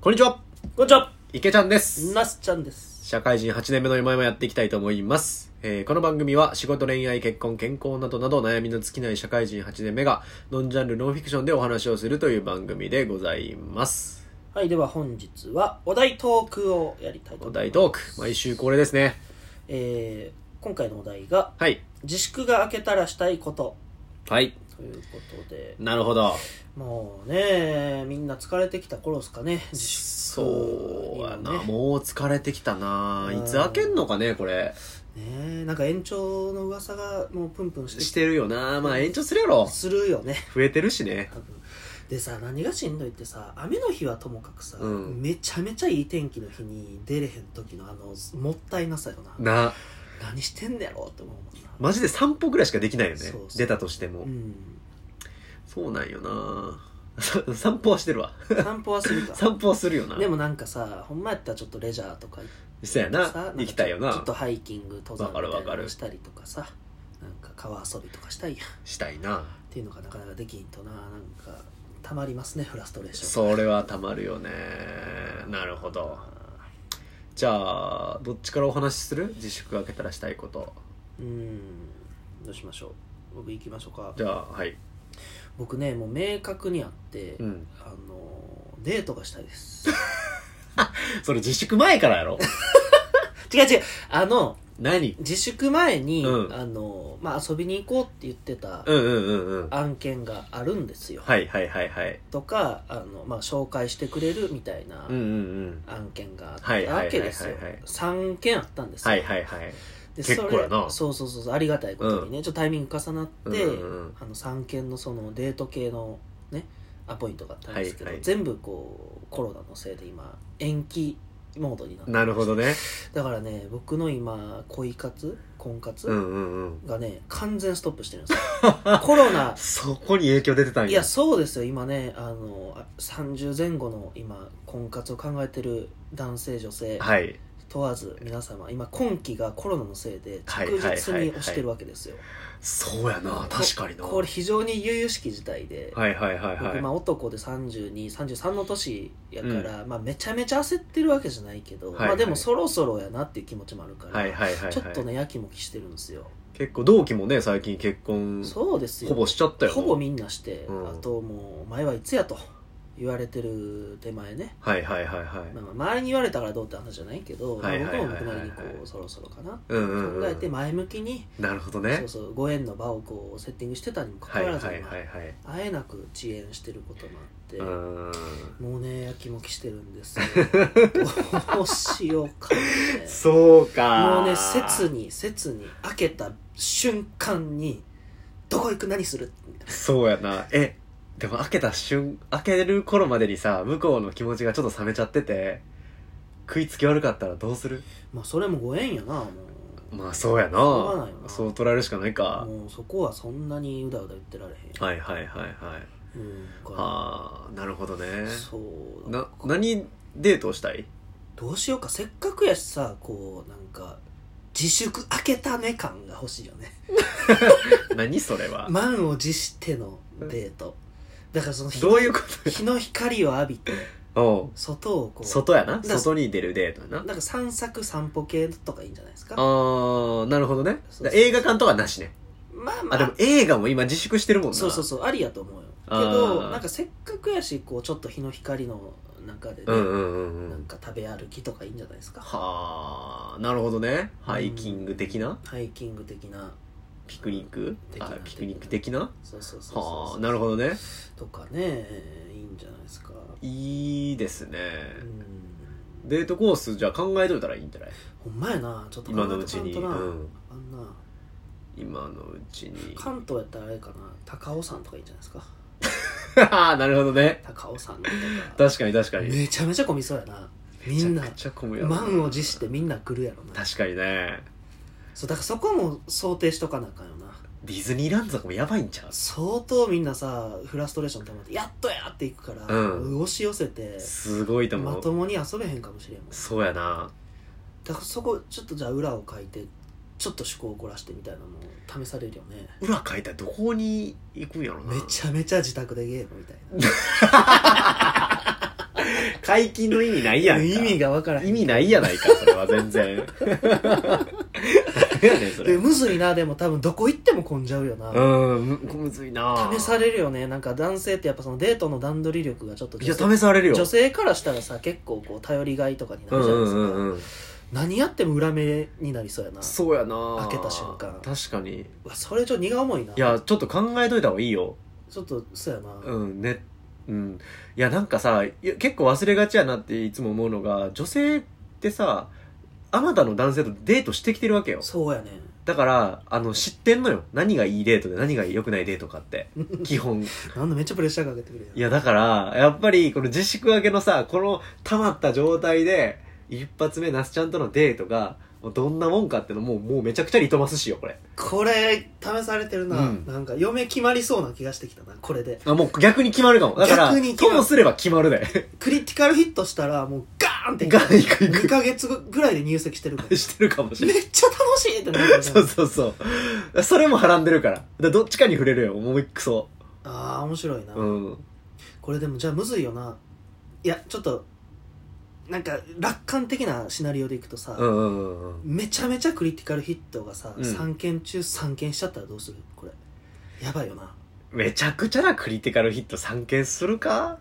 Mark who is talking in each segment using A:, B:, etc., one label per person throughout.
A: こんにちは
B: こんにちは
A: 池ちゃんです。
B: なすちゃんです。
A: 社会人8年目の今々やっていきたいと思います。えーこの番組は仕事、恋愛、結婚、健康などなど悩みの尽きない社会人8年目がノンジャンル、ノンフィクションでお話をするという番組でございます。
B: はい、では本日はお題トークをやりたいと思います。
A: お題トーク、毎週恒例ですね。
B: えー、今回のお題が、
A: はい。
B: 自粛が明けたらしたいこと
A: はい。
B: ということで、
A: なるほど。
B: もうね、みんな疲れてきた頃ですかね、自粛。
A: そうやな。
B: ね
A: もう疲れてきたな。
B: うん
A: いつ開けんのかね、これ。
B: ねなんか延長の噂がもうプンプンしてき
A: してるよな。まあ延長するやろ。
B: するよね。
A: 増えてるしね。
B: 多分でさ何がしんどいってさ雨の日はともかくさ、
A: うん
B: めちゃめちゃいい天気の日に出れへん時のあのもったいなさよな
A: な。
B: 何してんねやろって思うもんな、
A: マジで散歩ぐらいしかできないよね
B: そうそ。う
A: 出たとしても。
B: うん
A: そうなんよな 散歩はしてる わ
B: 散歩はするか
A: 散歩はするよな
B: でもなんかさほんまやったらちょっとレジャーとか行って
A: そうや
B: さ
A: な行きたいよ
B: ちょ
A: な
B: っとハイキング登山
A: わかる
B: みた
A: わ
B: い
A: か
B: な
A: る
B: のしたりとかさなんか川遊びとかしたいやんっ
A: したいな
B: ていうのがなかなかできんとななんかたまりますねフラストレーション
A: それはたまるよねなるほどじゃあどっちからお話しする自粛が明けたらしたいこと
B: うんどうしましょう僕行きましょうか
A: じゃあはい
B: 僕ねもう明確にあって、
A: うん
B: あのデートがしたいです
A: それ自粛前からやろ
B: 違う違うあの
A: 何
B: 自粛前に、
A: うん
B: あのまあ、遊びに行こうって言ってた
A: うんうんうんうん
B: 案件があるんですよ、
A: はいはいはいはい
B: とかあの、まあ、紹介してくれるみたいな
A: うんうんうん
B: 案件があっ
A: はい
B: た
A: はいはいはいはい
B: わけですよ3件あったんですよ、
A: はいはいはい
B: で
A: 結構やな
B: それそうそうそうありがたいことにね、ちょっとタイミング重なって、
A: うんうんうん
B: あの3件のそのデート系のねアポイントがあったんですけど、
A: はいはい
B: 全部こうコロナのせいで今延期モードになって
A: なるほどね
B: だからね僕の今恋活婚活、
A: うんうんうん
B: がね完全ストップしてるんです よコロナ
A: そこに影響出てたんや
B: いやそうですよ今ねあのあ30前後の今婚活を考えてる男性女性
A: はい
B: 問わず皆様今今期がコロナのせいで
A: はい
B: 着実
A: はいはい
B: に
A: はい
B: 押してるわけですよ
A: そうやな確かにな
B: これ非常に悠々しき事態で、
A: はいはいはいはい
B: 僕まあ男で3233の年やから、まあ、めちゃめちゃ焦ってるわけじゃないけど、
A: はいはい
B: まあ、でもそろそろやなっていう気持ちもあるから、
A: はいはいはい、はい、
B: ちょっとねやきもきしてるんですよ、
A: 結構同期もね最近結婚
B: そうですよ
A: ほぼしちゃったよな
B: ほぼみんなして、
A: うん
B: あともう「お前はいつや」と言われてる手前ね、
A: はいはいはいはい
B: まあ、まあ周りに言われたからどうって話じゃないけど、まあ
A: はい
B: 僕
A: はいはい
B: も
A: はい
B: 僕なりにこうそろそろかな
A: うんうん、うん、
B: 考えて前向きに、
A: なるほどね
B: そうそうご縁の場をこうセッティングしてたにもかか
A: はい
B: わ
A: はい
B: らず、
A: はいはい
B: 今会えなく遅延してることもあって、
A: うーん
B: もうねやきもきしてるんです よどうしようかね
A: そうか
B: もうね切に切に開けた瞬間にどこ行く何するみたいな
A: そうやなえでも開けた瞬開ける頃までにさ向こうの気持ちがちょっと冷めちゃってて食いつき悪かったらどうする
B: まあそれもご縁やなもう
A: まあそうやな
B: しょうがないよな
A: そう捉えるしかないか
B: もうそこはそんなにうだうだ言ってられへんよ
A: はいはいはいはい
B: うんだから
A: はあなるほどね
B: そうだ
A: な何デートをしたい
B: どうしようかせっかくやしさこうなんか自粛開けたね感が欲しいよね
A: 何それは、
B: 満を持してのデートだからその日
A: ど
B: の
A: ういうこ
B: 日の光を浴 びて
A: とおう
B: 外をこう
A: 外やな
B: だ
A: 外に出るデートやな
B: なんか散策散歩系とかいいんじゃないです
A: あ
B: か
A: ーなるほどね
B: そうそう
A: 映画館とかなしね
B: まあま
A: あ
B: あ
A: でも映画も今自粛してるもんな
B: そうそう
A: そ
B: そうありやと思うよけ
A: あー
B: どなんかせっかくやしこうちょっと日の光の中でね、
A: うんうんうんう
B: なん
A: ん
B: か食べ歩きとかいいんじゃないですか
A: はあなるほどねハイキング的な
B: ハイキング的な
A: ピクニック
B: 的な
A: あピクニック的な
B: そうそうそうそう
A: はあなるほどね
B: とかねいいんじゃないですか
A: いいですね
B: うん
A: デートコースじゃあ考えといたらいいんじゃない
B: ほんまやなちょっと
A: 今のうちに、う、
B: 考えとかんとなんあんな
A: 今のうちに
B: 関東やったらあれかな高尾山とかいいんじゃないですか
A: なるほどね
B: 高尾山とか
A: 確かに確かに
B: めちゃめちゃ混みそうやなみんな
A: めちゃくちゃ混むやろ
B: 満を持してみんな来るやろな
A: 確かにね
B: そうだからそこも想定しとかなあかんよな
A: ディズニーランドとかもやばいんちゃう
B: 相当みんなさフラストレーション溜まって「やっとや!」っていくから、
A: うん
B: 押し寄せて
A: すごいと
B: ま
A: 思う、
B: ともに遊べへんかもしれんもん
A: そうやな
B: だからそこちょっとじゃあ裏を書いてちょっと趣向を凝らしてみたいなのも試されるよね
A: 裏書いたらどこに行くんやろな
B: めちゃめちゃ自宅でゲームみたいな
A: 帰最近の意味ないやんか
B: 意味が分からへん
A: 意味ないやないかそれは全然何やねんそれ
B: でむずいなでも多分どこ行っても混んじゃうよな、
A: うんむむずいな
B: 試されるよねなんか男性ってやっぱそのデートの段取り力がちょっと
A: い
B: 女
A: や
B: 性
A: 試されるよ
B: 女性からしたらさ結構こう頼りがいとかにな
A: うん
B: るじゃない
A: う
B: です
A: ん
B: か、
A: うんうん
B: 何やっても裏目になりそうやな
A: そうやな
B: 開けた瞬間
A: 確かにいう
B: わそれちょっと荷が重いない
A: やちょっと考えといた方がいいよ
B: ちょっとそうやな、
A: うんねうんいやなんかさいや結構忘れがちやなっていつも思うのが女性ってさあまたの男性とデートしてきてるわけよ
B: そうやね
A: だからあの知ってんのよ何がいいデートで何が良くないデートかって 基本
B: なんでめっちゃプレッシャーかけてくる
A: い
B: やん
A: やだからやっぱりこの自粛明けのさこの溜まった状態で一発目那須ちゃんとのデートがもうどんなもんかってのもうもうめちゃくちゃリトマスしよこれ
B: これ試されてるな、
A: うん
B: なんか嫁決まりそうな気がしてきたなこれで
A: あもう逆に決まるかもだから
B: 逆に決ま
A: と
B: る
A: もすれば決まる で
B: クリティカルヒットしたらもうガーンって
A: ガンいくい
B: 2
A: く
B: ヶ月ぐらいで入籍して るから
A: してるかもしれ
B: め
A: ない
B: っちゃ楽しいってなる
A: そうそうそうそれもはらんでるからだからどっちかに触れるよ思いっくそ
B: ああ面白いな、
A: うん
B: これでもじゃあむずいよないやちょっとなんか楽観的なシナリオでいくとさ、
A: うんうんうんうん
B: めちゃめちゃクリティカルヒットがさ、
A: うん
B: 3件中3件しちゃったらどうするこれやばいよな
A: めちゃくちゃなクリティカルヒット3件するか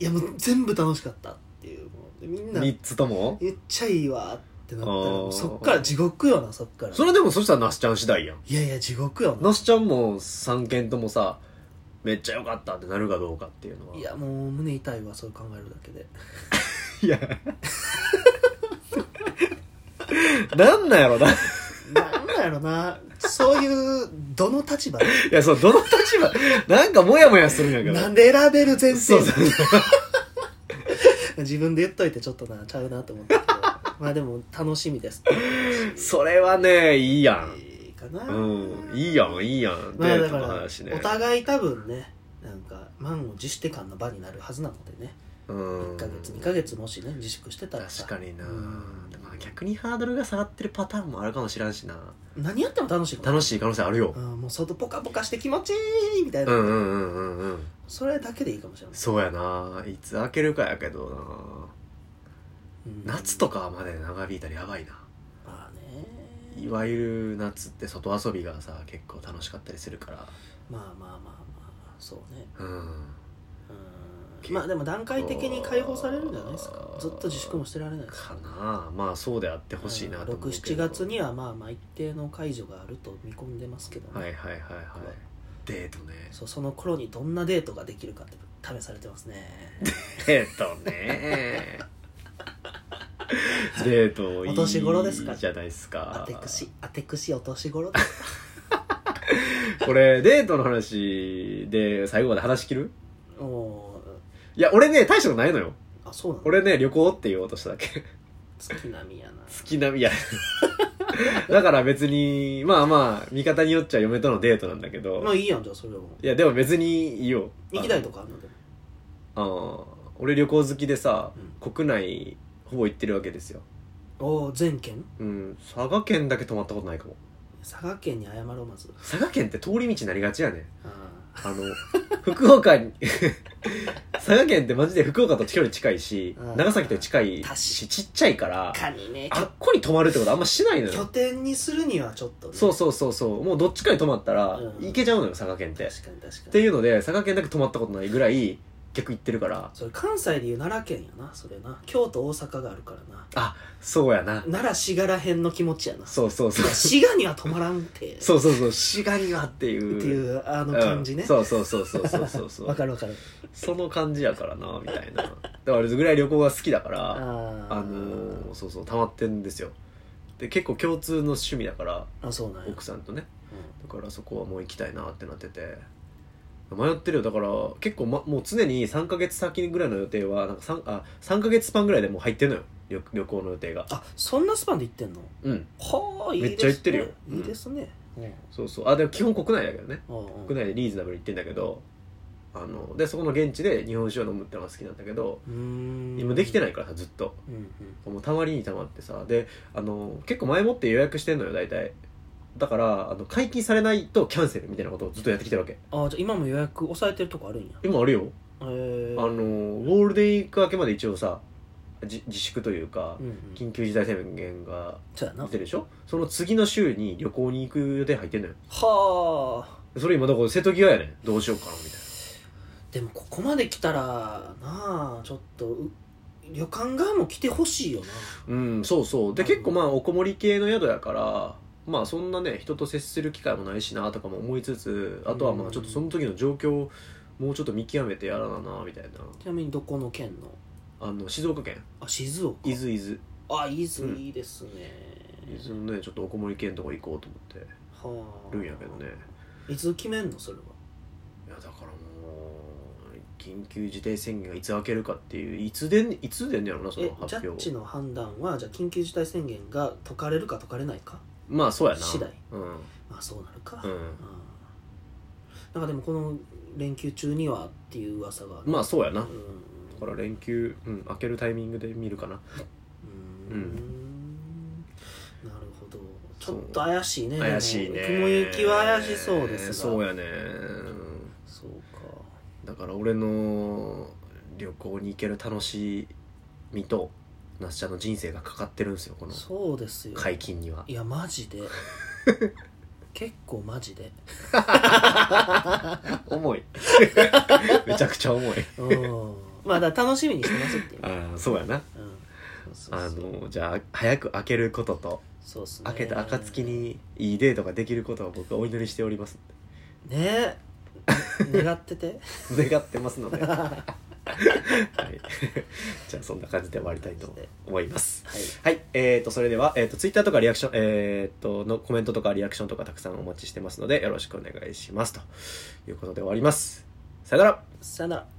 B: いやもう全部楽しかったっていうもうでみんなめ
A: 3つとも
B: っちゃいいわってなったら
A: あー
B: もうそっから地獄よなそっから
A: それでもそしたらナスちゃん次第やん
B: いやいや地獄よな
A: ナスちゃんも3件ともさめっちゃ良かったってなるかどうかっていうのはい
B: やもう胸痛いわそう考えるだけで
A: いやなんなんやろな
B: なんだろうなそういうどの立場で
A: いやそうどの立場なんかモヤモヤするんやけど
B: なんで選べる前
A: そ
B: 提
A: うそう
B: 自分で言っといてちょっとなちゃうなと思ったけ どまあでも楽しみです
A: それはねいいやん
B: いいかな
A: うん、いいやん、いいやん、
B: まあ
A: デ
B: だ
A: ー
B: か
A: ト
B: ら
A: の話ね
B: お。互い多分ねなんか満を持して感の場になるはずなのでね
A: うん
B: 1ヶ月2ヶ月もしね自粛してたらさ
A: 確かにな、
B: うん
A: でも逆にハードルが下がってるパターンもあるかもしれんしな。
B: 何やっても楽しい
A: 楽
B: しい
A: しい可能性あるよ。
B: もう外ポカポカして気持ちいいみたいうな、
A: んうんうんうんうん。
B: それだけでいいかもしれない、
A: そうやな。いつ開けるかやけど
B: うん
A: な。夏とかまで長引いたらやばいな。
B: まあね
A: いわゆる夏って外遊びがさ、結構楽しかったりするか
B: まあまあまあまあそうね
A: ら。うん。
B: うんまあでも段階的に解放されるんじゃないですかずっと自粛もしてられないです
A: かなまあそうであってほしいなと思うけ
B: 67
A: ど。
B: 月にはまあまあ一定の解除があると見込んでますけどね、
A: はいはいはいはい。デートね。
B: そうその頃にどんなデートができるかって試されてますね
A: デート ねデートいい
B: お年頃ですか
A: じゃないです
B: あ
A: か
B: てくしあてくしお年頃 です
A: これデートの話で最後まで話し切る
B: もう
A: いや俺ね大したことないのよ
B: あそうなの
A: 俺ね旅行って言おうとしただけ
B: 好きなみやな
A: 月並みい やだから別にまあまあ見方によっちゃ嫁とのデートなんだけど、
B: まあいいやんじゃあそれも
A: いやでも別にいいよ
B: 行きたいとかあるのでも
A: あの俺旅行好きでさ
B: うん、
A: 国内ほぼ行ってるわけですよ
B: おお全県
A: うん佐賀県だけ泊まったことないかも
B: 佐賀県に謝ろうまず
A: 佐賀県って通り道になりがちやねん
B: あ
A: あの福岡 に佐賀県ってマジで福岡と距離近いし
B: うん
A: 長崎と近い
B: 確かに
A: しちっちゃいから
B: ーかにね
A: あっこに泊まるってことあんましないの
B: 拠
A: よ
B: 点にするにはちょっと、ね、
A: そうそうそうそうもうどっちかに泊まったら
B: うん
A: 行けちゃうのよ佐賀県ってっ
B: 確かに確かに
A: ていうので佐賀県だけ泊まったことないぐらい逆行ってるから
B: それ関西でいう奈良県やなそれな京都大阪があるからな
A: そうやな
B: 奈良滋賀らへんの気持ちやな
A: そうそうそう
B: 滋賀には止まらんて
A: そうそうそう滋賀にはっていう
B: っていうあの
A: うん
B: 感じね、
A: そうそうそうそうそうそうそ
B: わ
A: う
B: かるわかる
A: その感じやからなみたいなだから俺ぐらい旅行が好きだから
B: あー
A: あのーそうそう溜まってんですよで結構共通の趣味だから
B: あそうなんや、
A: 奥さんとねだ
B: う
A: からそこはもう行きたいなってなってて迷ってるよだから結構、ま、もう常に3ヶ月先ぐらいの予定はなんか 3, あ3ヶ月スパンぐらいでもう入ってんのよ旅旅行の予定が
B: ん、あそんなスパンで行ってんの
A: うん
B: はあいいですね
A: めっちゃ行ってるよ
B: いいですね、
A: そうそうあでも基本国内だけどね
B: うんうん
A: 国内でリーズナブルに行ってんだけどあのでそこの現地で日本酒を飲むってのが好きなんだけど
B: うーん
A: 今できて
B: ない、
A: ないからさずっと
B: うんうん、
A: もうたまりにたまってさであの結構前もって予約してんのよ大体だからあの解禁されないとキャンセルみたいなことをずっとやってきてるわけ
B: あじゃあ今も予約抑えてるとこあるんや
A: 今あるよ
B: えー、
A: あのゴールデンウィーク明けまで一応さじ自粛というか
B: うんうん
A: 緊急事態宣言が
B: そうやな
A: 出てるでしょその次の週に旅行に行く予定入ってんのよ
B: はあ
A: それ今だから瀬戸際やねんどうしようかなみたい
B: でもここまで来たらなあちょっとう旅館側も来てほしいよな
A: なうんそうそうで結構まあおこもり系の宿やからまあそんなね人と接する機会もないしなとかも思いつつあとはまあちょっとその時の状況をもうちょっと見極めてやらななみたいな
B: ちなみにどこの県の
A: あの静岡県
B: あ静岡
A: 伊豆伊豆
B: あ伊豆
A: うん
B: いいですね、
A: 伊豆のねちょっとおこもり系のとこ行こうと思って
B: はあ
A: るんやけどね
B: 伊豆決めんのそれはい
A: やだからもう緊急事態宣言がいつ開けるかっていういつでんいつでんねやろなそ
B: え
A: の発
B: ジャッ
A: 表
B: ジの判断はじゃあ緊急事態宣言が解かれるか解かれないか
A: まあそうやな
B: 次第
A: うん
B: まあそうなるか、
A: う
B: うん
A: ん
B: なんかでもこの連休中にはっていう噂が
A: まあそうやな
B: あ
A: だ
B: うん
A: から連休、うん、開けるタイミングで見るかな
B: うー
A: うん
B: なるほどち
A: そう
B: ょっと怪しいね
A: 怪しいね
B: でも雲行きは怪しそうですが
A: そうやね
B: そうか
A: だから俺の旅行に行ける楽しみと那須ちゃんの人生がかかってるんですよこの
B: そうですよ
A: 解禁にはい
B: やマジで結構マジで
A: 重い めちゃくちゃ重い
B: うんまあだから楽しみにしてますっていうね
A: ああそうやな
B: うんそう
A: あ
B: そう
A: のじゃあ早く開けることと
B: そうっすね
A: 開けた暁にいいデートができることを僕はお祈りしております
B: ねえ願ってて
A: 願ってます ので、はい、じゃあそんな感じで終わりたいと思います
B: はい
A: はい、えー、とそれでは、えー、とツイッターとかリアクション、えー、とのコメントとかリアクションとかたくさんお待ちしてますのでよろしくお願いしますということで終わりますさよなら
B: さよなら